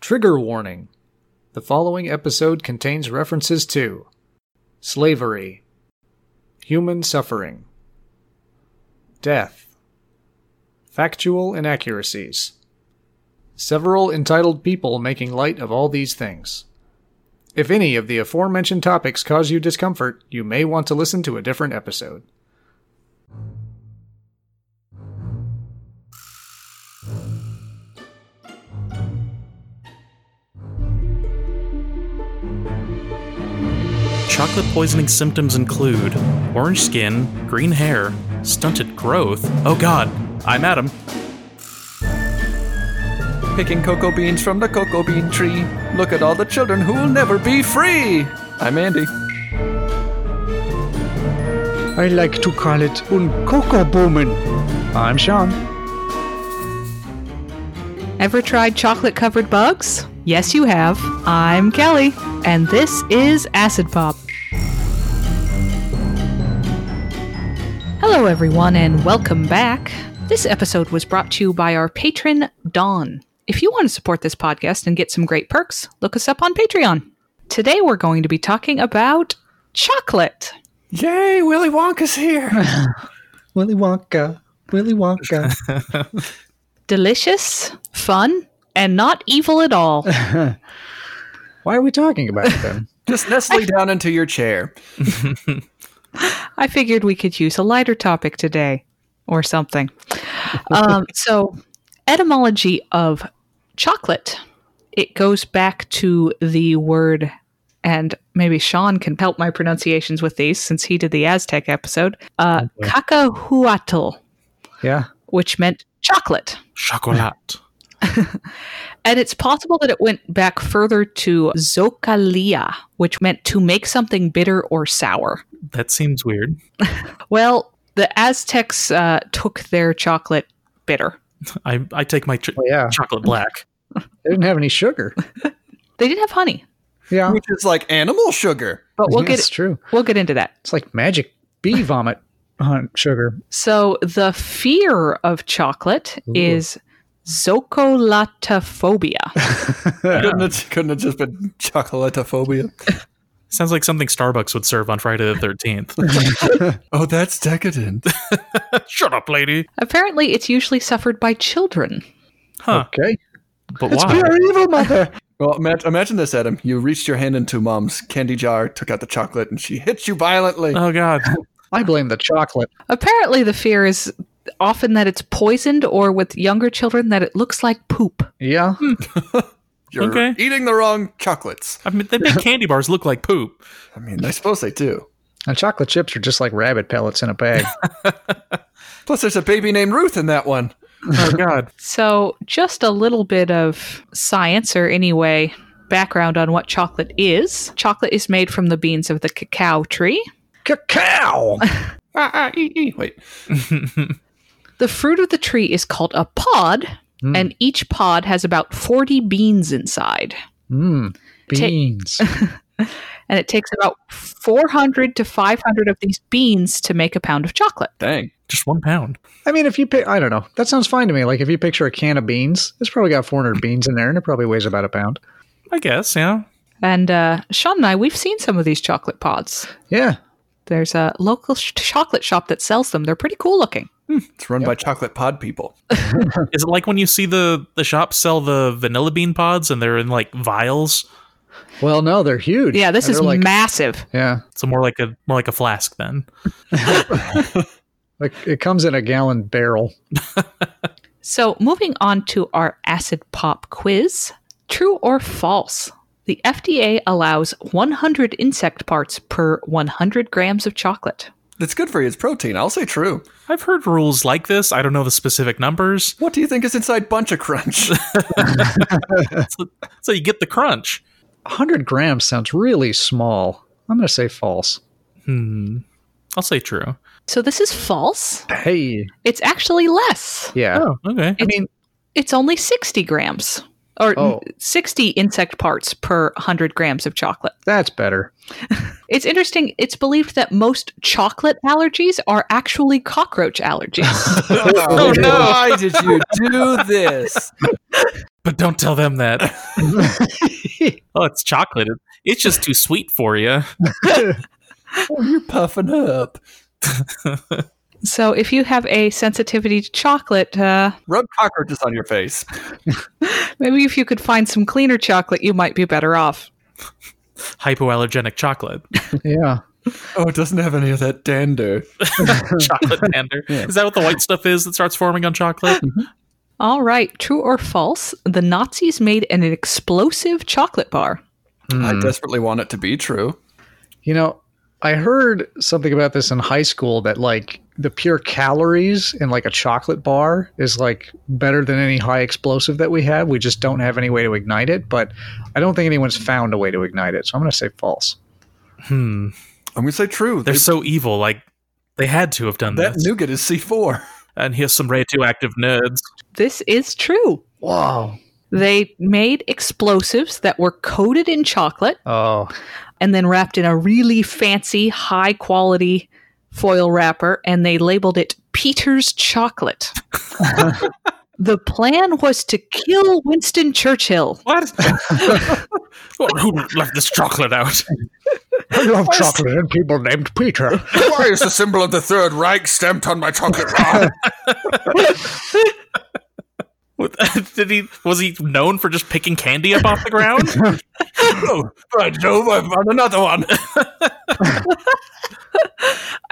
Trigger warning. The following episode contains references to slavery, human suffering, death, factual inaccuracies, several entitled people making light of all these things. If any of the aforementioned topics cause you discomfort, you may want to listen to a different episode. Chocolate poisoning symptoms include orange skin, green hair, stunted growth. Oh god, I'm Adam. picking cocoa beans from the cocoa bean tree. Look at all the children who will never be free. I'm Andy. I like to call it un Kokobomen. I'm Sean. Ever tried chocolate covered bugs? Yes, you have. I'm Kelly, and this is Acid Pop. Hello, everyone, and welcome back. This episode was brought to you by our patron, Dawn. If you want to support this podcast and get some great perks, look us up on Patreon. Today, we're going to be talking about chocolate. Yay, Willy Wonka's here. Willy Wonka. Willy Wonka. Delicious, fun, and not evil at all. Why are we talking about it then? Just nestle down into your chair. I figured we could use a lighter topic today or something. Um, so, etymology of chocolate. It goes back to the word, and maybe Sean can help my pronunciations with these since he did the Aztec episode. Uh, cacahuatl, yeah. which meant chocolate. Chocolat. And it's possible that it went back further to zocalia, which meant to make something bitter or sour. That seems weird. Well, the Aztecs uh, took their chocolate bitter. I, I take my ch- Well, Oh, yeah. chocolate black. They didn't have any sugar. They didn't have honey, Yeah. Which is like animal sugar. but we'll Yeah, get it's true. we'll get into that. It's like magic bee vomit on sugar. So the fear of chocolate is zocolatophobia. Couldn't, it, couldn't it just been chocolatophobia? Sounds like something Starbucks would serve on Friday the 13th. Oh, that's decadent. Shut up, lady. Apparently, it's usually suffered by children. Huh. Okay. But it's why? pure evil, mother. Well, ima- imagine this, Adam. You reached your hand into mom's candy jar, took out the chocolate, and she hits you violently. Oh god. I blame the chocolate. Apparently, the fear is often that it's poisoned, or with younger children, that it looks like poop. Yeah. You're okay. eating the wrong chocolates. I mean, they make candy bars look like poop. I mean, I suppose they do. And chocolate chips are just like rabbit pellets in a bag. Plus, there's a baby named Ruth in that one. Oh god. So, just a little bit of science, or anyway, background on what chocolate is. Chocolate is made from the beans of the cacao tree. Cacao! Ah, ah, ee, ee. Wait. The fruit of the tree is called a pod, Hmm. and each pod has about 40 beans inside. Mmm. Beans. And it takes about 400 to 500 of these beans to make a pound of chocolate. Dang. Just one pound. I mean, if you pick, I don't know. That sounds fine to me. Like if you picture a can of beans, it's probably got 400 beans in there and it probably weighs about a pound. I guess, yeah. And uh, Sean and I, we've seen some of these chocolate pods. Yeah. There's a local sh- chocolate shop that sells them. They're pretty cool looking. It's run by chocolate pod people. Is it like when you see the, the shop sell the vanilla bean pods and they're in like vials? Well, no, they're huge. Yeah, this And is they're like, massive. yeah. So more like a more like a flask then. Like it comes in a gallon barrel. So, moving on to our acid pop quiz true or false? The FDA allows 100 insect parts per 100 grams of chocolate. It's good for you. It's protein. I'll say true. I've heard rules like this. I don't know the specific numbers. What do you think is inside Bunch of Crunch? So, so you get the crunch. 100 grams sounds really small. I'm going to say false. Hmm. I'll say true. So, this is false. Hey. It's actually less. Yeah. Okay. I mean, It's only 60 grams or Oh. 60 insect parts per 100 grams of chocolate. That's better. It's interesting. It's believed that most chocolate allergies are actually cockroach allergies. Oh, no. Why did you do this? But don't tell them that. oh, it's chocolate. It's just too sweet for you. Oh, you're puffing up. so if you have a sensitivity to chocolate, uh, Rub cockroaches on your face. maybe if you could find some cleaner chocolate, you might be better off. Hypoallergenic chocolate. Yeah. Oh, it doesn't have any of that dander. chocolate dander. Is that what the white stuff is that starts forming on chocolate? All right, true or false? The Nazis made an explosive chocolate bar. Hmm. I desperately want it to be true. You know, I heard something about this in high school that like the pure calories in like a chocolate bar is like better than any high explosive that we have. We just don't have any way to ignite it, but I don't think anyone's found a way to ignite it. So I'm going to say false. Hmm. I'm gonna say true. They're so evil. Like they had to have done that this. nougat is C4. And here's some radioactive nerds. This is true. Wow. They made explosives that were coated in chocolate Oh, and then wrapped in a really fancy, high quality foil wrapper, and they labeled it Peter's Chocolate. the plan was to kill Winston Churchill. What? Well, who left this chocolate out? I love chocolate and people named Peter. Why is the symbol of the Third Reich stamped on my chocolate bar? What- Did he? Was he known for just picking candy up off the ground? oh, right, Jove, I found another one.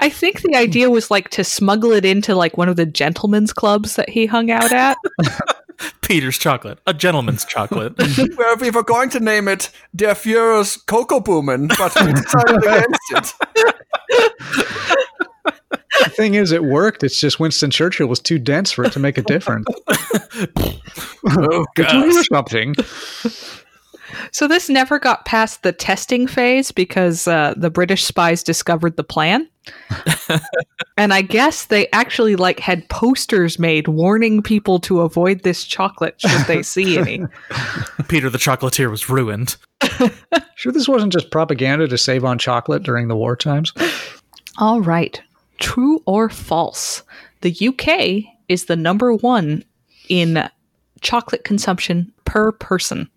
I think the idea was like to smuggle it into like one of the gentlemen's clubs that he hung out at. Peter's chocolate, a gentleman's chocolate. Well, we were going to name it Der Fuhrer's Cocoa Boomin, but we decided against it. the thing is, it worked. It's just Winston Churchill was too dense for it to make a difference. oh, Did you hear something? So this never got past the testing phase because uh, the British spies discovered the plan. and I guess they actually like had posters made warning people to avoid this chocolate should they see any. Peter the chocolatier was ruined. Sure, this wasn't just propaganda to save on chocolate during the war times. All right. True or false? The UK is the number 1 in chocolate consumption per person.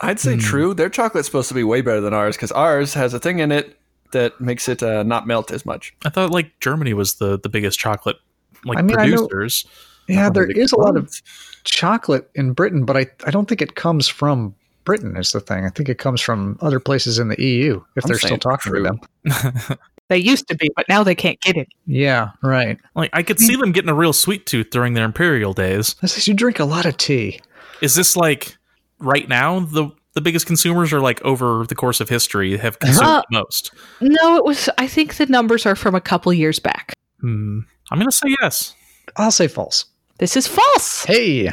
I'd say true. Their chocolate's supposed to be way better than ours because ours has a thing in it that makes it uh, not melt as much. I thought like Germany was the the biggest chocolate like I mean, I know- producers. Yeah, there is a lot of chocolate in Britain, but I, I don't think it comes from Britain, is the thing. I think it comes from other places in the EU, if I'm they're still saying talking to true. them. They used to be, but now they can't get it. Yeah, right. Like I could see them getting a real sweet tooth during their imperial days. This is, you drink a lot of tea. Is this like right now the the biggest consumers are like over the course of history have consumed Uh, the most? No, it was I think the numbers are from a couple years back. Hmm. I'm gonna say yes. I'll say false. This is false. Hey.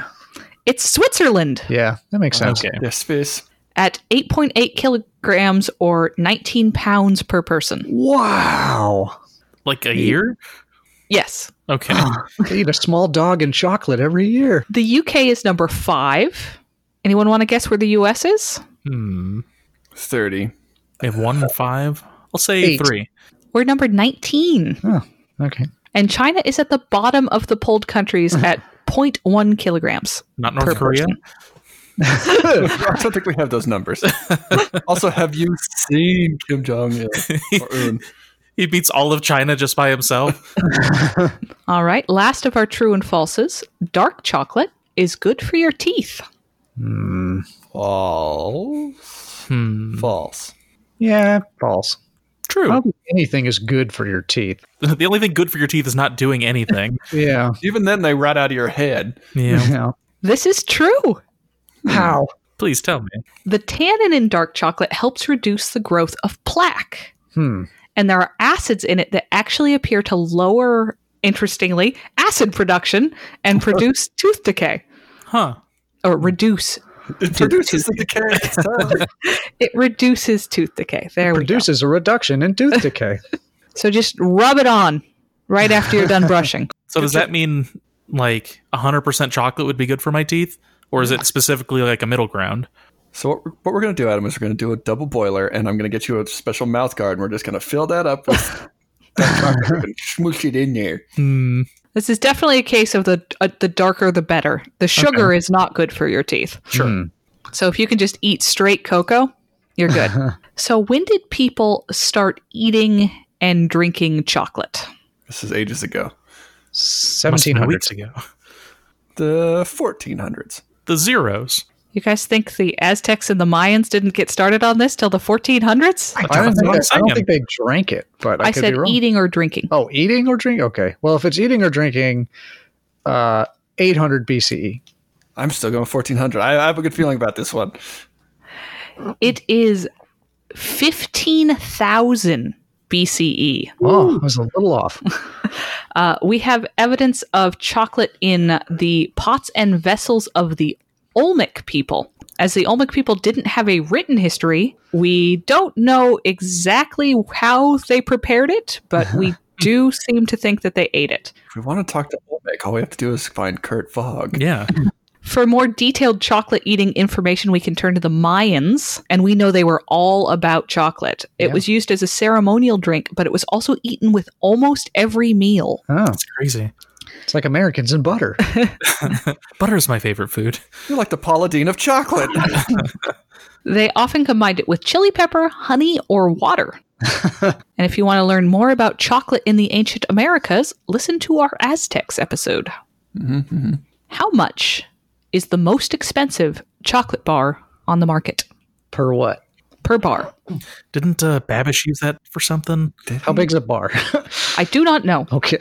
It's Switzerland Yeah, that makes sense. Okay. Yes, space. at 8.8 kilograms or 19 pounds per person. Wow. Like a year? Yes. Okay. They eat a small dog and chocolate every year. The UK is number five. Anyone want to guess where the US is? hmm. 30. They have one and five. I'll say Eight. three. We're number 19. Okay. And China is at the bottom of the polled countries at 0.1 kilograms. Not North Per Korea. person. I don't think we have those numbers. also, have you seen Kim Jong Il or Un? He beats all of China just by himself. All right. Last of our true and falses dark chocolate is good for your teeth. Hmm. False. hmm. False. Yeah, false. True. I don't think anything is good for your teeth. the only thing good for your teeth is not doing anything. Yeah. Even then, they rot out of your head. yeah. Yeah. This is true. How? Please tell me. The tannin in dark chocolate helps reduce the growth of plaque. Hmm. and there are acids in it that actually appear to lower, interestingly, acid production and produce tooth decay Huh. or reduce. It produces the decay. It's tough. It reduces tooth decay. There we go. Produces a reduction in tooth decay. So just rub it on right after you're done brushing. So does that mean like 100% chocolate would be good for my teeth? Or is it specifically like a middle ground? So what, what we're gonna do, Adam, is we're gonna do a double boiler, and I'm gonna get you a special mouth guard, and we're just gonna fill that up with that chocolate and smoosh it in there. Hmm. This is definitely a case of the uh, the darker the better. The sugar is not good for your teeth. Sure. Hmm. So if you can just eat straight cocoa, you're good. so when did people start eating and drinking chocolate? This is ages ago. Must have been 1700s. weeks ago. The 1400s. The zeros. You guys think the Aztecs and the Mayans didn't get started on this till the 1400s? I, I don't, think That's they, what I I'm don't think they drank it, but I, could said be wrong. eating or drinking. Oh, eating or drinking? Okay. Well, if it's eating or drinking, uh, 800 BCE. I'm still going 1400. I, I have a good feeling about this one. Oh. It is 15,000 BCE. Oh, I was a little off. E. Uh, we have evidence of chocolate in the pots and vessels of the Olmec people. As the Olmec people didn't have a written history, we don't know exactly how they prepared it, but we do seem to think that they ate it. If we want to talk to Olmec, all we have to do is find Kurt Fogg. Yeah. For more detailed chocolate eating information, we can turn to the Mayans, and we know they were all about chocolate. It Yeah. was used as a ceremonial drink, but it was also eaten with almost every meal. Oh, It's crazy. it's like Americans and butter. Butter is my favorite food. You're like the Paula Deen of chocolate. They often combined it with chili pepper, honey, or water. and if you want to learn more about chocolate in the ancient Americas, listen to our Aztecs episode. How much is the most expensive chocolate bar on the market per what? per bar? Didn't uh, Babish use that for something? How big's a bar? I do not know. okay.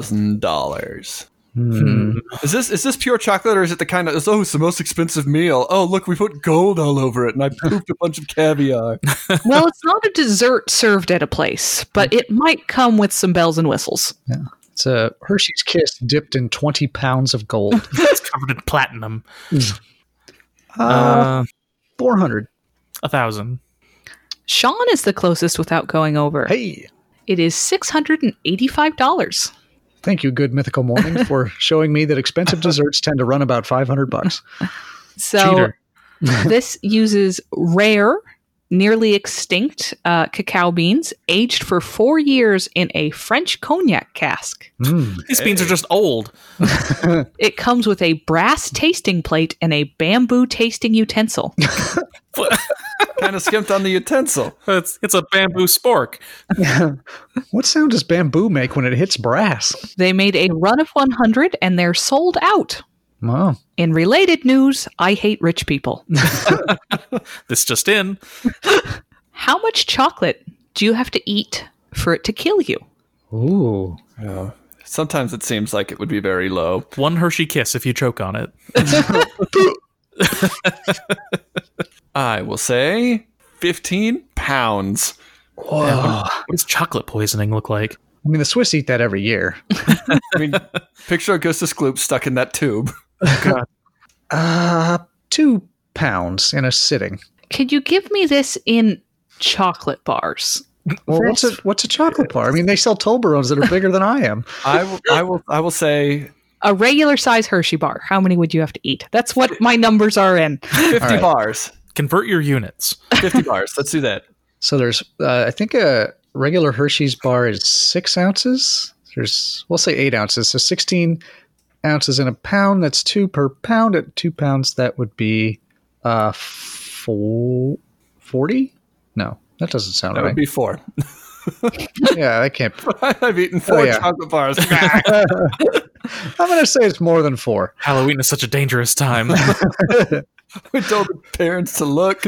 $5,000. Hmm. Is this is this pure chocolate or is it the kind of oh it's the most expensive meal oh look we put gold all over it and I pooped a bunch of caviar well, it's not a dessert served at a place, but it might come with some bells and whistles. It's a Hershey's Kiss dipped in 20 pounds of gold. It's covered in platinum. Uh, Uh, 400. a thousand. Sean is the closest without going over. Hey. It is $685. Thank you, good mythical morning, for showing me that expensive desserts tend to run about 500 bucks. So Cheater. this uses rare, nearly extinct uh, cacao beans aged for four years in a French cognac cask. Mm. These beans are just old. It comes with a brass tasting plate and a bamboo tasting utensil. kind of skimped on the utensil It's it's a bamboo spork. What sound does bamboo make when it hits brass? they made a run of 100 and they're sold out. Wow. In related news, I hate rich people. This just in. How much chocolate do you have to eat for it to kill you? Ooh. yeah. sometimes it seems like it would be very low One Hershey kiss if you choke on it. I will say 15 pounds What does chocolate poisoning look like? I mean, the Swiss eat that every year. I mean picture Augustus Gloop stuck in that tube Uh, two pounds in a sitting. Could you give me this in chocolate bars? Well, what's a what's a chocolate bar? I mean, they sell Toblerones that are bigger than I am. I will I will I will say a regular size Hershey bar, how many would you have to eat? That's what my numbers are in. 50 All right. bars Convert your units. 50 bars let's do that So there's, uh, I think a regular Hershey's bar is six ounces. There's, we'll say eight ounces. So 16 ounces in a pound. That's two per pound. At two pounds, that would be uh, four, 40? No, that doesn't sound that would right. be 4 yeah, that can't. I've eaten four yeah. chocolate bars I'm going to say it's more than four. Halloween is such a dangerous time. we told the parents to look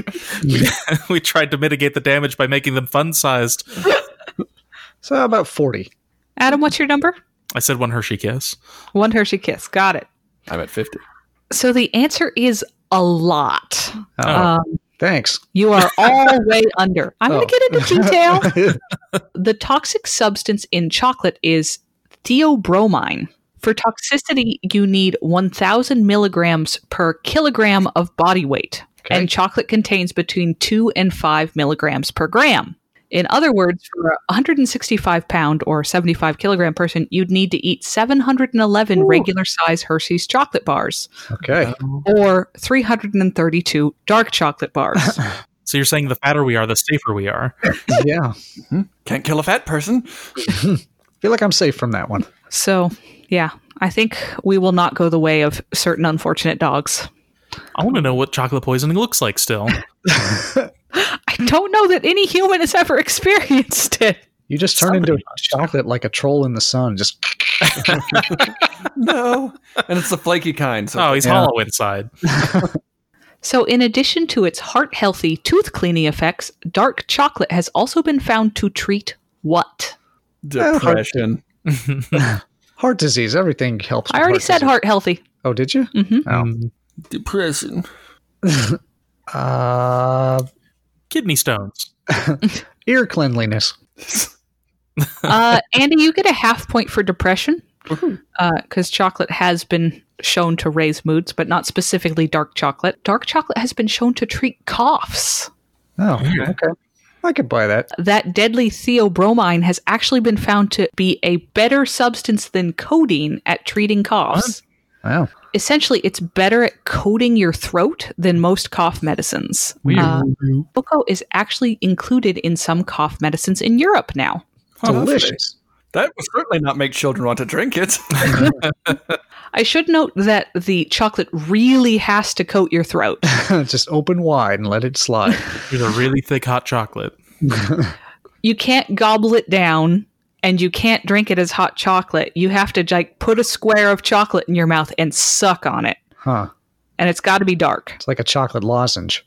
we tried to mitigate the damage by making them fun sized. So about 40. Adam, what's your number? I said one Hershey kiss. One Hershey kiss. Got it. I'm at 50 So the answer is a lot. Oh, Um, thanks. you are all way under. I'm going to Oh. get into detail. the toxic substance in chocolate is theobromine. For toxicity, you need 1,000 milligrams per kilogram of body weight, Okay. and chocolate contains between 2 and 5 milligrams per gram. In other words, for a 165 pound or 75 kilogram person, you'd need to eat 711 regular size Hershey's chocolate bars Okay. or 332 dark chocolate bars. So you're saying the fatter we are, the safer we are. yeah. I Can't kill a fat person. feel like I'm safe from that one. so, yeah, I think we will not go the way of certain unfortunate dogs. I want to know what chocolate poisoning looks like still. I don't know that any human has ever experienced it. You just turn into chocolate like a troll in the sun. Just No, and it's the flaky kind. So Oh, he's Yeah. hollow inside. So, in addition to its heart healthy tooth cleaning effects, dark chocolate has also been found to treat what? depression. heart disease. Everything helps. I with already said disease. heart healthy. Oh, did you? Mhm. Oh. Depression. Uh, Kidney stones. ear cleanliness. Uh, Andy, you get a half point for depression because chocolate has been shown to raise moods, but not specifically dark chocolate. Dark chocolate has been shown to treat coughs. Oh, okay. I could buy that. That deadly theobromine has actually been found to be a better substance than codeine at treating coughs. Wow. essentially it's better at coating your throat than most cough medicines. Weird. Uh, Bucco is actually included in some cough medicines in Europe now. Delicious. That would certainly not make children want to drink it. I should note that the chocolate really has to coat your throat. just open wide and let it slide. Here's a really thick hot chocolate. you can't gobble it down and you can't drink it as hot chocolate. You have to like put a square of chocolate in your mouth and suck on it. Huh. And it's got to be dark. Mm-hmm. It's like a chocolate lozenge.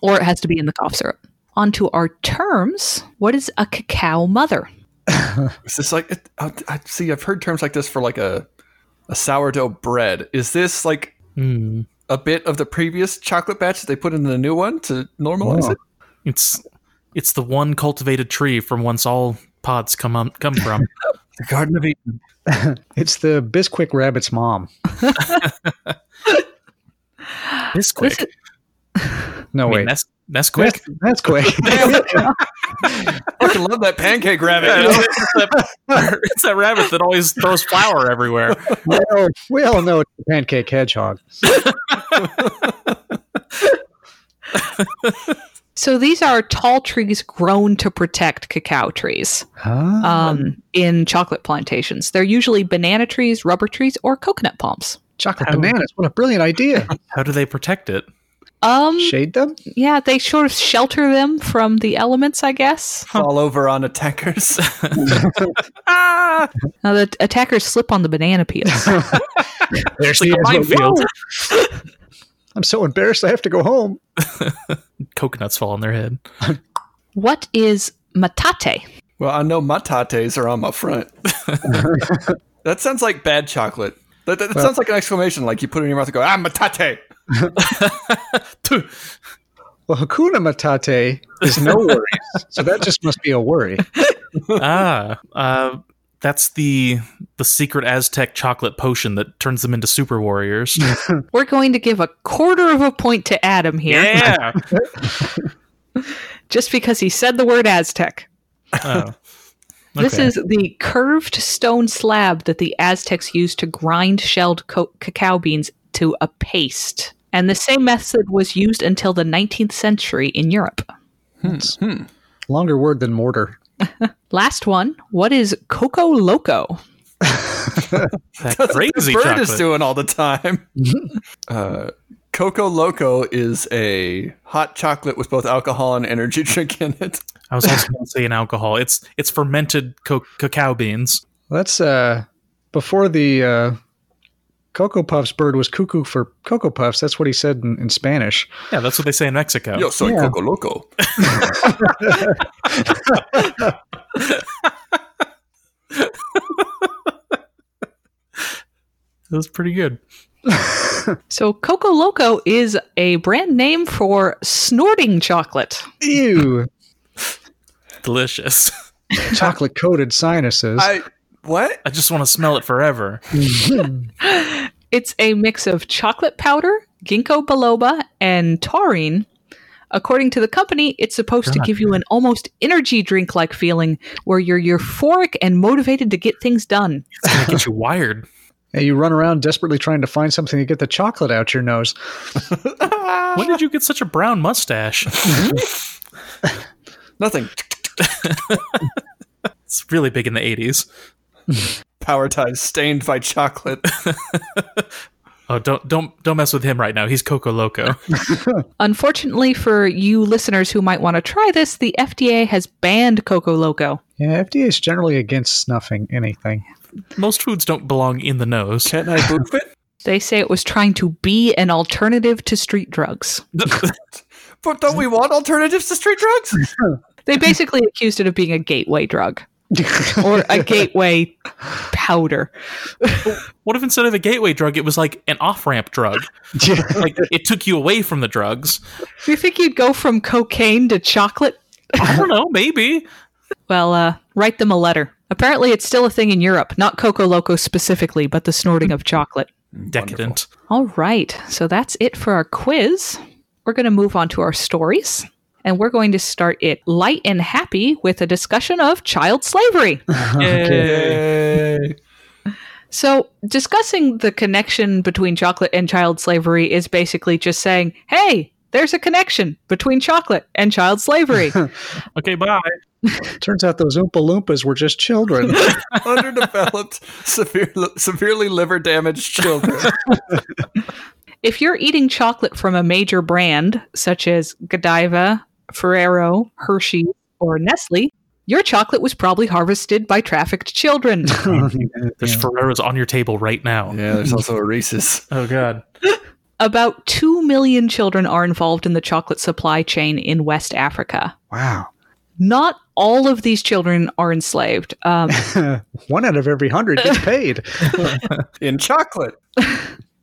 Or it has to be in the cough syrup. On to our terms. What is a cacao mother? Is this like it- I, I see? I've heard terms like this for like a a sourdough bread. Is this like Hmm. a bit of the previous chocolate batch that they put in the new one to normalize Wow. it? It's it's the one cultivated tree from whence all pods come um, come from. The Garden of Eden. It's the Bisquick rabbit's mom. This quick. No, Oh, I mean, wait. Nes- Nesquik. That's, that's quick. Fucking love that pancake rabbit. you know? it's, that, it's that rabbit that always throws flour everywhere. we, all, we all know it's the pancake hedgehog. So these are tall trees grown to protect cacao trees Huh? um, in chocolate plantations. They're usually banana trees, rubber trees, or coconut palms. chocolate bananas. What a brilliant idea. How do they protect it? Um, Shade them? yeah, they sort of shelter them from the elements, I guess. Fall over on attackers. Now the t- attackers slip on the banana peels. There It's like a minefield. I'm so embarrassed I have to go home. Coconuts fall on their head. what is matate? well, I know my tates are on my front. that sounds like bad chocolate. That, that, that sounds like an exclamation, like you put it in your mouth and go, ah, matate. Tuh. Well, Hakuna Matate is no worries. so that just must be a worry. Uh-huh. ah, uh, that's the the secret Aztec chocolate potion that turns them into super warriors. We're going to give a quarter of a point to Adam here, yeah. just because he said the word Aztec. Oh. This Okay. is the curved stone slab that the Aztecs used to grind shelled co- cacao beans to a paste. And the same method was used until the 19th century in Europe. Longer word than mortar. Last one, what is Coco Loco? That That's what crazy the bird chocolate. is doing all the time. uh, Coco Loco is a hot chocolate with both alcohol and energy drink in it. I was also going to say an alcohol. It's it's fermented co- cacao beans. That's uh, before the uh, Cocoa Puffs bird was cuckoo for Cocoa Puffs. That's what he said in, in Spanish. Yeah, that's what they say in Mexico. Yo soy Yeah. Coco Loco. That was pretty good. So, Coco Loco is a brand name for snorting chocolate. Ew. Delicious. Chocolate coated sinuses. I what? I just want to smell it forever. It's a mix of chocolate powder, ginkgo biloba, and taurine, According to the company, it's supposed to give you an almost energy drink like feeling where you're euphoric and motivated to get things done. It's gonna get you wired. And you run around desperately trying to find something to get the chocolate out your nose. When did you get such a brown mustache? Nothing. It's really big in the '80s. Power ties stained by chocolate. Oh, don't don't don't mess with him right now. He's Coco Loco. Unfortunately, for you listeners who might want to try this, the FDA has banned Coco Loco. Yeah, FDA is generally against snuffing anything. Most foods don't belong in the nose. Can I move it? They say it was trying to be an alternative to street drugs. But don't we want alternatives to street drugs? They basically accused it of being a gateway drug or a gateway powder. What if instead of a gateway drug, it was like an off-ramp drug? Like it took you away from the drugs. Do you think you'd go from cocaine to chocolate? I don't know. Maybe. Well, uh, write them a letter. Apparently, it's still a thing in Europe, not Coco Loco specifically, but the snorting of chocolate. Decadent. All right, so that's it for our quiz. We're going to move on to our stories, and we're going to start it light and happy with a discussion of child slavery. Yay. So, discussing the connection between chocolate and child slavery is basically just saying, hey, there's a connection between chocolate and child slavery. Okay, bye. Turns out those Oompa Loompas were just children. Underdeveloped, severe, severely liver damaged children. if you're eating chocolate from a major brand such as Godiva, Ferrero, Hershey, or Nestle, your chocolate was probably harvested by trafficked children. There's Ferrero's on your table right now. Yeah, there's also a Reese's. Oh God. About 2 million children are involved in the chocolate supply chain in West Africa. wow. Not all of these children are enslaved. Um, One out of every hundred gets paid. In chocolate.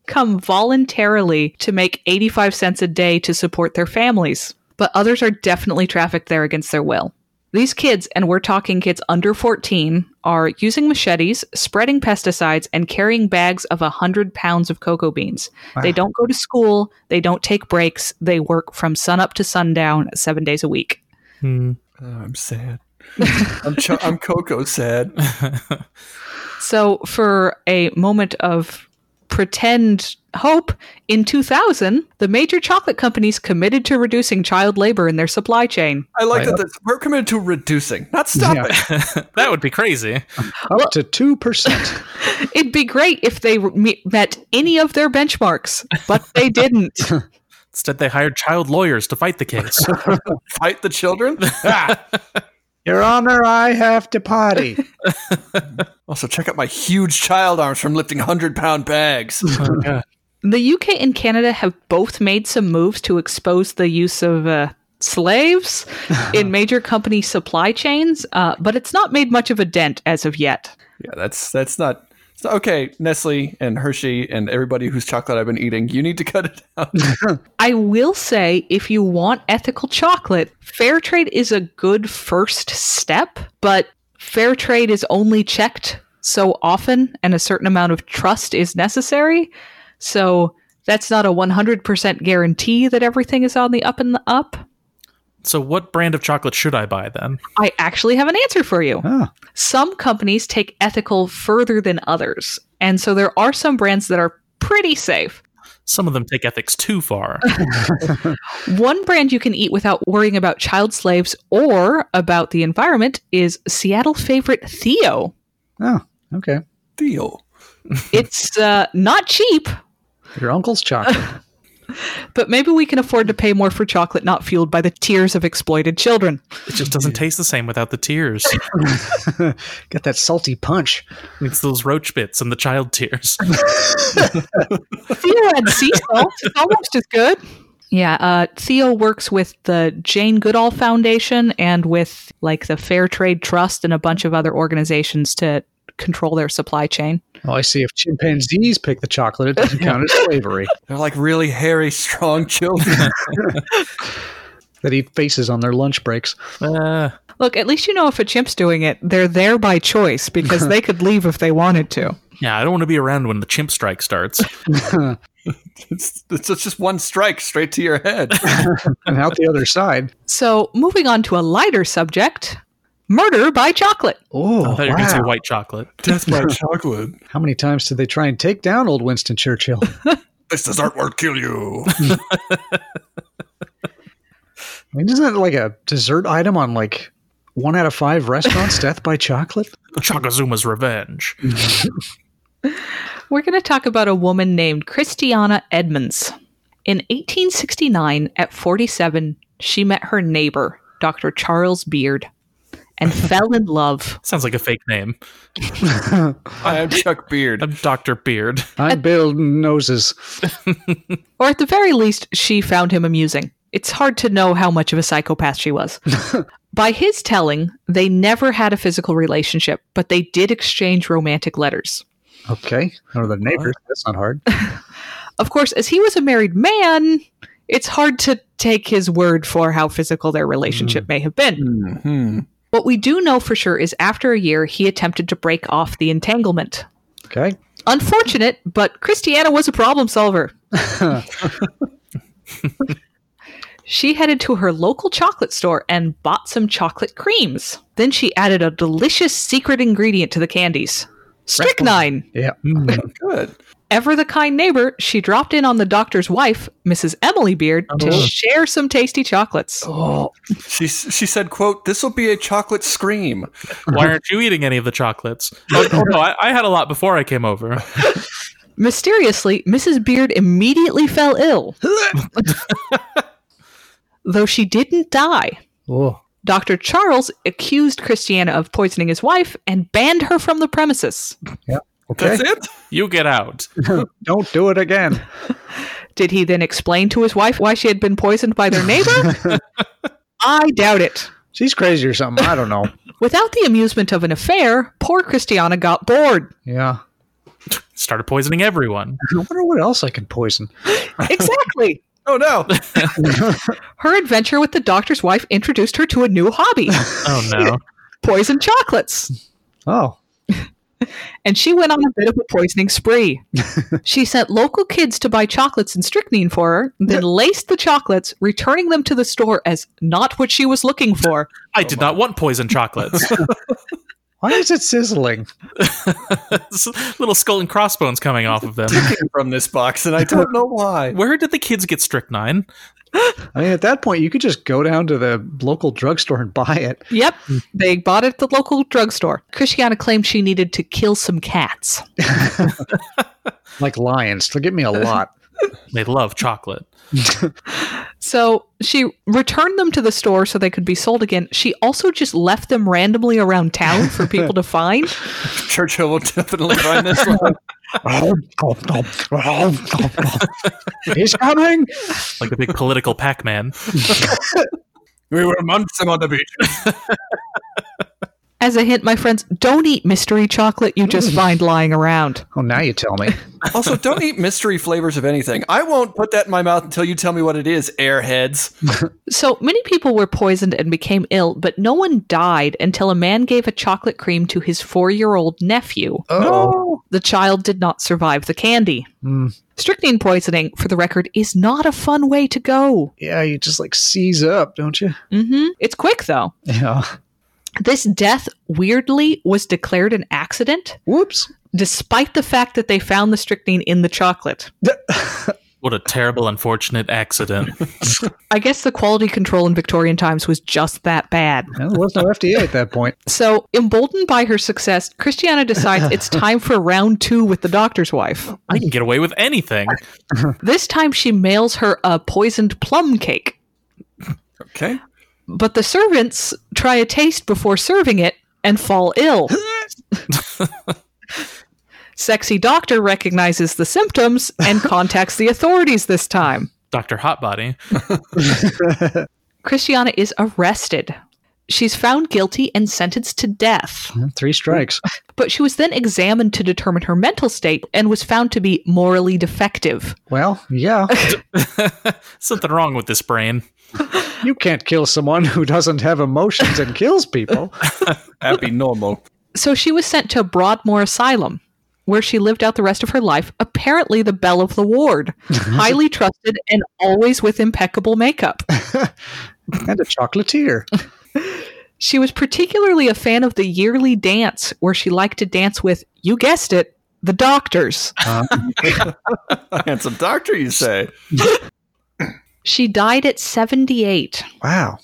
come voluntarily to make 85 cents a day to support their families, but others are definitely trafficked there against their will. These kids, and we're talking kids under 14, are using machetes, spreading pesticides, and carrying bags of 100 pounds of cocoa beans. They don't go to school, they don't take breaks, they work from sunup to sundown seven days a week. Hmm. Oh, I'm sad. I'm cho- I'm Coco sad. So, for a moment of pretend hope, in 2000, the major chocolate companies committed to reducing child labor in their supply chain. I like that. that's- We're committed to reducing, not stopping. that would be crazy. Up to 2%. It'd be great if they me- met any of their benchmarks, but they didn't. Instead, they hired child lawyers to fight the case. Ah. Fight the children. Your Honor, I have to potty. Also, check out my huge child arms from lifting hundred pound bags. Oh, the UK and Canada have both made some moves to expose the use of uh, slaves in major company supply chains, uh, but it's not made much of a dent as of yet. Yeah, that's that's not. It's not okay, Nestle and Hershey and everybody whose chocolate I've been eating. You need to cut it out. I will say if you want ethical chocolate, fair trade is a good first step, but fair trade is only checked so often and a certain amount of trust is necessary. So that's not a 100% guarantee that everything is on the up and the up. so, what brand of chocolate should I buy then? I actually have an answer for you. Huh. Some companies take ethical further than others. And so there are some brands that are pretty safe. Some of them take ethics too far. One brand you can eat without worrying about child slaves or about the environment is Seattle favorite Theo. Oh, okay. Deal. It's uh, not cheap, Your uncle's chocolate. but maybe we can afford to pay more for chocolate not fueled by the tears of exploited children. It just doesn't taste the same without the tears. Got that salty punch. It's those roach bits and the child tears. Theo had sea salt. It's almost as good. Yeah, uh, Theo works with the Jane Goodall Foundation and with like the Fair Trade Trust and a bunch of other organizations to control their supply chain. Oh, I see. If chimpanzees pick the chocolate, it doesn't count as slavery. They're like really hairy, strong children. That eat faces on their lunch breaks. Uh, Look, at least you know if a chimp's doing it, they're there by choice because they could leave if they wanted to. yeah, I don't want to be around when the chimp strike starts. It's, it's just one strike straight to your head. and out the other side. So, moving on to a lighter subject murder by chocolate. Oh, I thought you were going to say white chocolate. Death by chocolate. How many times did they try and take down old Winston Churchill? This does artwork kill you. I mean, isn't that like a dessert item on like one out of five restaurants? death by chocolate? Chakazuma's revenge. We're going to talk about a woman named Christiana Edmonds. In 1869, at 47, she met her neighbor, Dr. Charles Beard, and fell in love. Sounds like a fake name. I am Chuck Beard. I'm Dr. Beard. I'm building noses. Or at the very least, she found him amusing. It's hard to know how much of a psychopath she was. By his telling, they never had a physical relationship, but they did exchange romantic letters. Okay. Or the neighbors. That's not hard. Of course, as he was a married man, it's hard to take his word for how physical their relationship may have been. Hmm. What we do know for sure is after a year, he attempted to break off the entanglement. Okay. Unfortunate, but Christiana was a problem solver. she headed to her local chocolate store and bought some chocolate creams. Then she added a delicious secret ingredient to the candies strychnine. Yeah. Hmm. Good. Ever the kind neighbor, she dropped in on the doctor's wife, Mrs. Emily Beard, to share some tasty chocolates. She she said, "quote This will be a chocolate scream." Why aren't you eating any of the chocolates? Oh, oh, no, I, I had a lot before I came over. Mysteriously, Mrs. Beard immediately fell ill. Though she didn't die, Oh. Dr. Charles accused Christiana of poisoning his wife and banned her from the premises. Okay. That's it. You get out. Don't do it again. Did he then explain to his wife why she had been poisoned by their neighbor? I doubt it. She's crazy or something. I don't know. Without the amusement of an affair, poor Christiana got bored. Yeah. Started poisoning everyone. I wonder what else I can poison. Exactly. Oh no! Her adventure with the doctor's wife introduced her to a new hobby Oh no. poisoned chocolates. Oh. and she went on a bit of a poisoning spree. she sent local kids to buy chocolates and strychnine for her, then laced the chocolates, returning them to the store as not what she was looking for. I did not want poison chocolates. Why is it sizzling? Little skull and crossbones coming off of them. From this box, and I don't know why. Where did the kids get strychnine? I mean, at that point, you could just go down to the local drugstore and buy it. Yep, they bought it at the local drugstore. Christiana claimed she needed to kill some cats. Like lions. They'll get me a lot. They love chocolate. So she returned them to the store so they could be sold again. She also just left them randomly around town for people to find. Churchill will definitely find this one. He's coming. Like a big political Pac-Man. We were munching on the beach. As a hint, my friends, don't eat mystery chocolate you just find lying around. Oh, now you tell me. Also, don't eat mystery flavors of anything. I won't put that in my mouth until you tell me what it is. Airheads. So many people were poisoned and became ill, but no one died until a man gave a chocolate cream to his four year old nephew. Oh. The child did not survive the candy. Mm. Strychnine poisoning, for the record, is not a fun way to go. Yeah, you just like seize up, don't you? hmm It's quick, though. Yeah. This death, weirdly, was declared an accident, Whoops. despite the fact that they found the strychnine in the chocolate. What a terrible, unfortunate accident. I guess the quality control in Victorian times was just that bad. Well, there was no FDA at that point. So, emboldened by her success, Christiana decides it's time for round two with the doctor's wife. I can get away with anything. This time she mails her a poisoned plum cake, Okay. but the servants try a taste before serving it and fall ill. Sexy doctor recognizes the symptoms and contacts the authorities this time. Dr. Hotbody. Christiana is arrested. She's found guilty and sentenced to death, Three strikes. but she was then examined to determine her mental state and was found to be morally defective. Well, yeah. Something wrong with this brain. You can't kill someone who doesn't have emotions and kills people. That'd be normal. So she was sent to Broadmoor Asylum. where she lived out the rest of her life, apparently the belle of the ward, highly trusted and always with impeccable makeup. and a chocolatier. She was particularly a fan of the yearly dance where she liked to dance with, you guessed it, the doctors. Um, Handsome doctor, you say? She died at 78. Wow.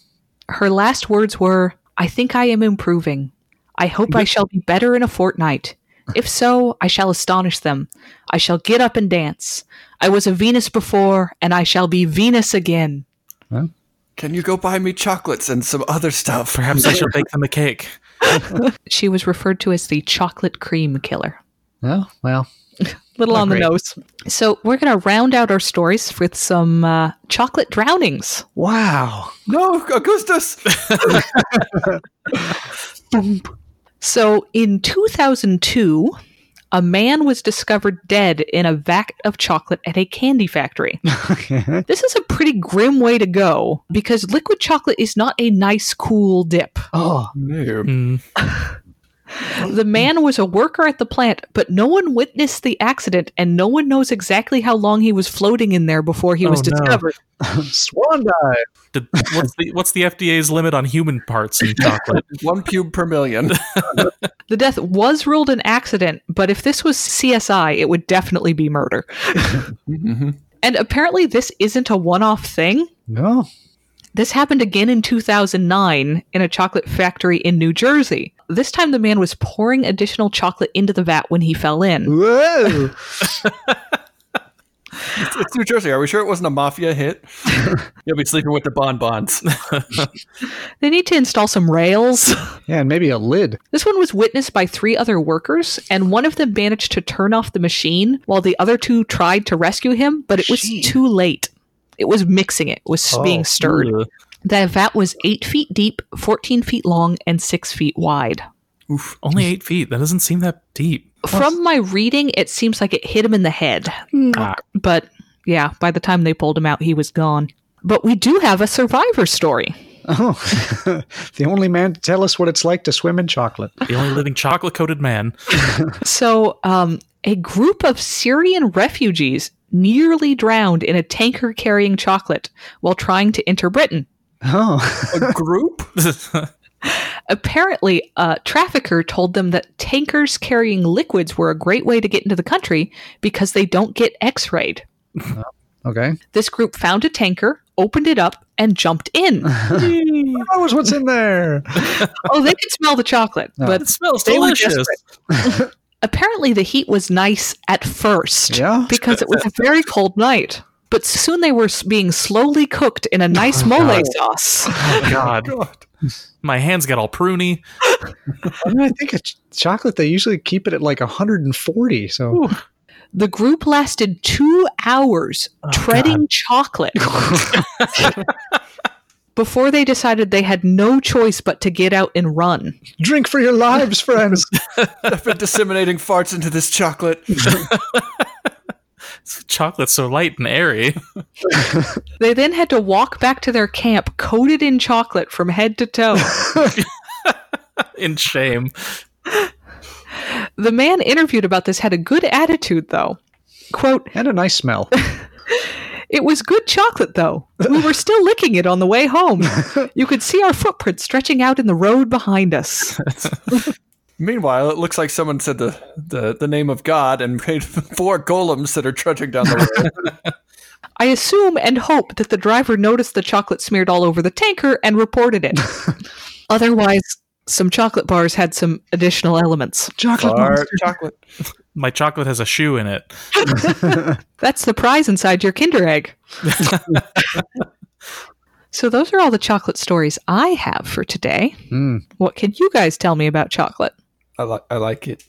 Her last words were, I think I am improving. I hope I shall be better in a fortnight. If so, I shall astonish them. I shall get up and dance. I was a Venus before, and I shall be Venus again. Can you go buy me chocolates and some other stuff? Perhaps I should bake them a cake. She was referred to as the chocolate cream killer. Oh, well. Little Oh, on great. the nose. So we're going to round out our stories with some uh, chocolate drownings. Wow. No, Augustus. So in 2002, a man was discovered dead in a vat of chocolate at a candy factory. This is a pretty grim way to go because liquid chocolate is not a nice, cool dip. oh, No. Mm. The man was a worker at the plant, but no one witnessed the accident and no one knows exactly how long he was floating in there before he Oh, was no. discovered. swan dive. Did, what's, the, what's the FDA's limit on human parts in chocolate? One pube per million. The death was ruled an accident, but if this was CSI, it would definitely be murder. Mm-hmm. And apparently, this isn't a one off thing. No. This happened again in 2009 in a chocolate factory in New Jersey. This time, the man was pouring additional chocolate into the vat when he fell in. Whoa. It's, it's New Jersey. Are we sure it wasn't a mafia hit? You'll be sleeping with the bonbons. They need to install some rails. yeah, and maybe a lid. This one was witnessed by three other workers, and one of them managed to turn off the machine while the other two tried to rescue him, but it was too late. It was mixing, it was being stirred. Ugh. The vat was eight feet deep, 14 feet long, and six feet wide. Only eight feet. That doesn't seem that deep. From my reading, it seems like it hit him in the head. Ah. But yeah, by the time they pulled him out, he was gone. But we do have a survivor story. Oh, the only man to tell us what it's like to swim in chocolate. The only living chocolate coated man. So, um, a group of Syrian refugees nearly drowned in a tanker carrying chocolate while trying to enter Britain. Oh, a group? Apparently, a trafficker told them that tankers carrying liquids were a great way to get into the country because they don't get x rayed. okay. This group found a tanker, opened it up, and jumped in. Who knows what's in there? oh, they could smell the chocolate, Oh. but It smells They were delicious. apparently the heat was nice at first Yeah. because it was a very cold night. But soon they were s- being slowly cooked in a nice mole sauce. Oh, God. God. My hands got all pruny. I, mean, I think it's chocolate, they usually keep it at like 140. So, The group lasted two hours treading chocolate before they decided they had no choice but to get out and run. drink for your lives, friends. I've been disseminating farts into this chocolate. Chocolate's so light and airy. They then had to walk back to their camp coated in chocolate from head to toe. In shame. the man interviewed about this had a good attitude, though. Quote, and a nice smell. It was good chocolate, though. We were still licking it on the way home. You could see our footprints stretching out in the road behind us. Meanwhile, it looks like someone said the, the, the name of God and made four golems that are trudging down the road. I assume and hope that the driver noticed the chocolate smeared all over the tanker and reported it. Otherwise, some chocolate bars had some additional elements. Chocolate. Fart chocolate. My chocolate has a shoe in it. That's the prize inside your Kinder Egg. so, those are all the chocolate stories I have for today. Mm. What can you guys tell me about chocolate? I, li- I like it.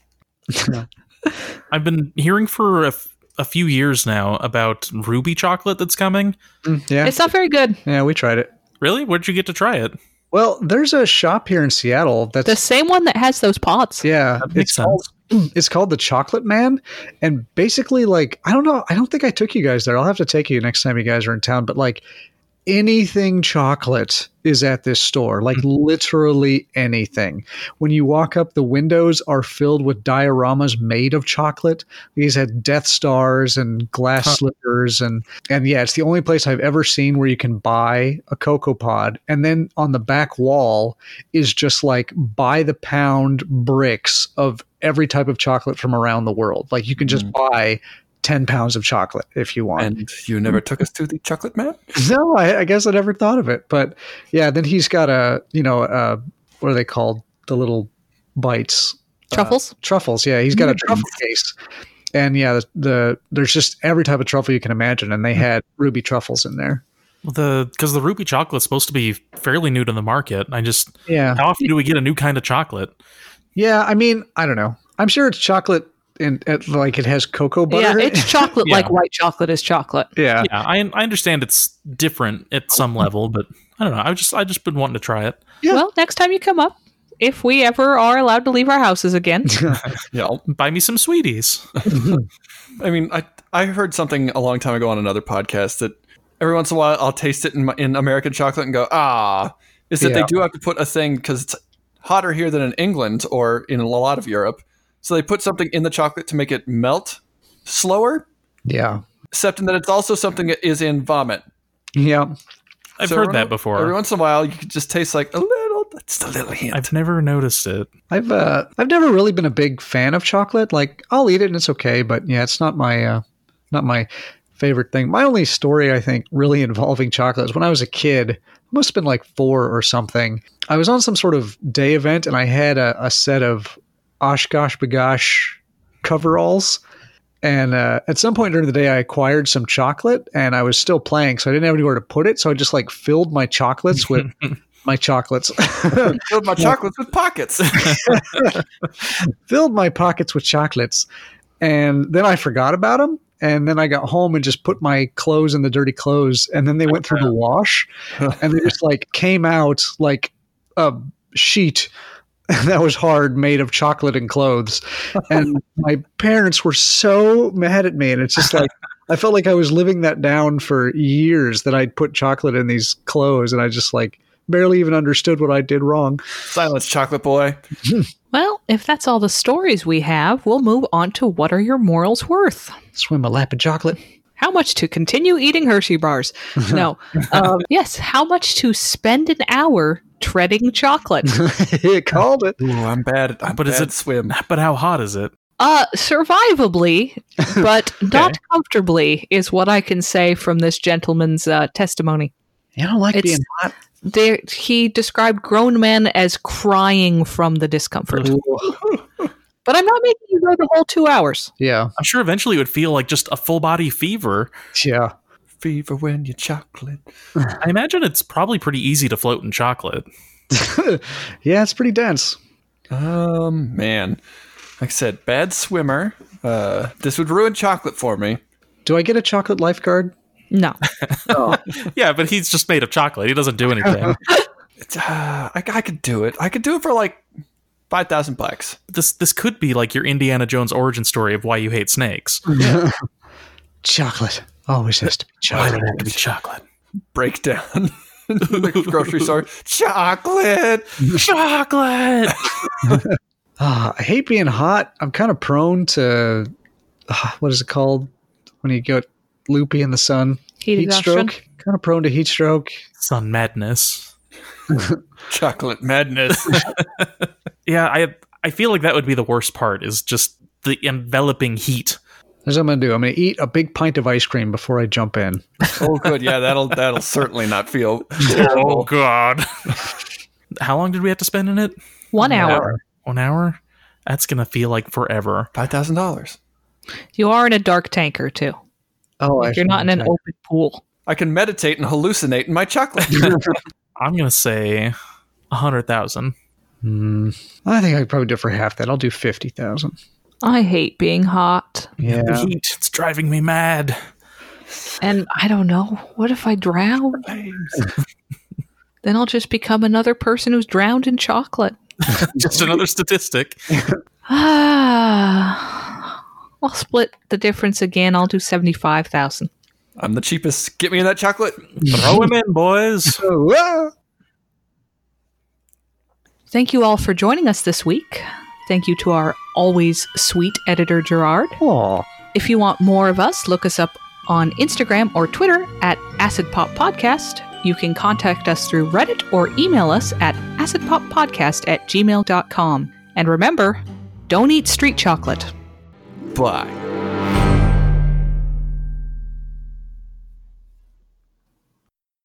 I've been hearing for a, f- a few years now about ruby chocolate that's coming. Mm, yeah. It's not very good. Yeah, we tried it. Really? Where'd you get to try it? Well, there's a shop here in Seattle that's The same one that has those pots. yeah, That makes it's called it's called the Chocolate Man, and basically like I don't know, I don't think I took you guys there. I'll have to take you next time you guys are in town, but like anything chocolate is at this store, like literally anything. When you walk up, the windows are filled with dioramas made of chocolate. These had Death Stars and glass slippers, and and yeah, it's the only place I've ever seen where you can buy a cocoa pod. And then on the back wall is just like by the pound bricks of every type of chocolate from around the world. Like you can just buy. 10 pounds of chocolate if you want. And you never took us to the chocolate man? No, I, I guess I never thought of it. But yeah, then he's got a you know uh, what are they called? The little bites, Truffles? truffles. Yeah, he's got a truffle case, and yeah, the, the there's just every type of truffle you can imagine, and they had ruby truffles in there. The because the ruby chocolate's supposed to be fairly new to the market. I just Yeah, how often do we get a new kind of chocolate? yeah. I mean, I don't know. I'm sure it's chocolate, and and, like it has cocoa yeah, butter. in it. it's chocolate Yeah. like white chocolate is chocolate. yeah. Yeah, I I understand it's different at some level, but I don't know. I just I just been wanting to try it. Yeah. Well, next time you come up, if we ever are allowed to leave our houses again, Yeah. I'll- Buy me some sweeties. I mean, I I heard something a long time ago on another podcast that every once in a while I'll taste it in my, in American chocolate and go, ah, is that they Yeah. do have to put a thing because it's hotter here than in England or in a lot of Europe. So they put something in the chocolate to make it melt slower, yeah, except in that it's also something that is in vomit. yeah, I've So heard every- that before. Every once in a while, you can just taste like a little, just a little hint. I've never noticed it. I've uh, I've never really been a big fan of chocolate. Like I'll eat it and it's okay, but yeah, it's not my uh, not my favorite thing. My only story I think really involving chocolate is when I was a kid. I must have been like four or something. I was on some sort of day event and I had a, a set of Oshkosh Bagosh coveralls. And uh, at some point during the day, I acquired some chocolate and I was still playing, so I didn't have anywhere to put it. So I just like filled my chocolates with my chocolates. filled my chocolates with pockets. filled my pockets with chocolates and then i forgot about them and then i got home and just put my clothes in the dirty clothes and then they went through the wash and they just like came out like a sheet that was hard made of chocolate and clothes and my parents were so mad at me and it's just like i felt like i was living that down for years that i'd put chocolate in these clothes and i just like barely even understood what i did wrong Silence, chocolate boy. well, if that's all the stories we have, we'll move on to what are your morals worth? swim a lap of chocolate How much to continue eating Hershey bars? No. Um, yes, how much to spend an hour treading chocolate? it called it Ooh, I'm bad. at- I'm But but is is it- it swim? But how hot is it? Uh, survivably, but not comfortably, is what I can say from this gentleman's uh, testimony. You don't like It's- being hot. There, he described grown men as crying from the discomfort. But I'm not making you go the whole two hours. Yeah, I'm sure eventually it would feel like just a full body fever. yeah. Fever when you chocolate. I imagine it's probably pretty easy to float in chocolate. yeah, it's pretty dense. Um, man. Like I said, bad swimmer. Uh, this would ruin chocolate for me. Do I get a chocolate lifeguard? No. Yeah, but he's just made of chocolate. He doesn't do anything. It's, uh, I, I could do it. I could do it for like 5,000 bucks. this this could be like your Indiana Jones origin story of why you hate snakes. Chocolate. Always has to be Why chocolate. did it have to be chocolate? Breakdown. In the grocery store. Chocolate. Chocolate. Ah, I hate being hot. I'm kind of prone to ah, what is it called when you get loopy in the sun? Heat exhaustion. stroke. Kind of prone to heat stroke. Sun madness. Chocolate madness. Yeah, I I feel like that would be the worst part is just the enveloping heat. That's what I'm gonna do. I'm gonna eat a big pint of ice cream before I jump in. oh, good. Yeah, that'll that'll certainly not feel. Oh god. How long did we have to spend in it? One hour. One hour? That's gonna feel like forever. $5,000. You are in a dark tanker, too. Oh, I You're not in an okay. open pool. I can meditate and hallucinate in my chocolate. I'm gonna say a hundred thousand. Hmm. I think I could probably do it for half that. I'll do fifty thousand. I hate being hot. Yeah. The heat, it's driving me mad. And I don't know. What if I drown? Then I'll just become another person who's drowned in chocolate. Just another statistic. Ah, I'll split the difference again. I'll do 75,000. I'm the cheapest. Get me in that chocolate. Throw him in, boys. Thank you all for joining us this week. Thank you to our always sweet editor, Gerard. Aw. If you want more of us, look us up on Instagram or Twitter at Acid Pop Podcast. You can contact us through Reddit or email us at acidpoppodcast at gmail.com. And remember, don't eat street chocolate. Bye.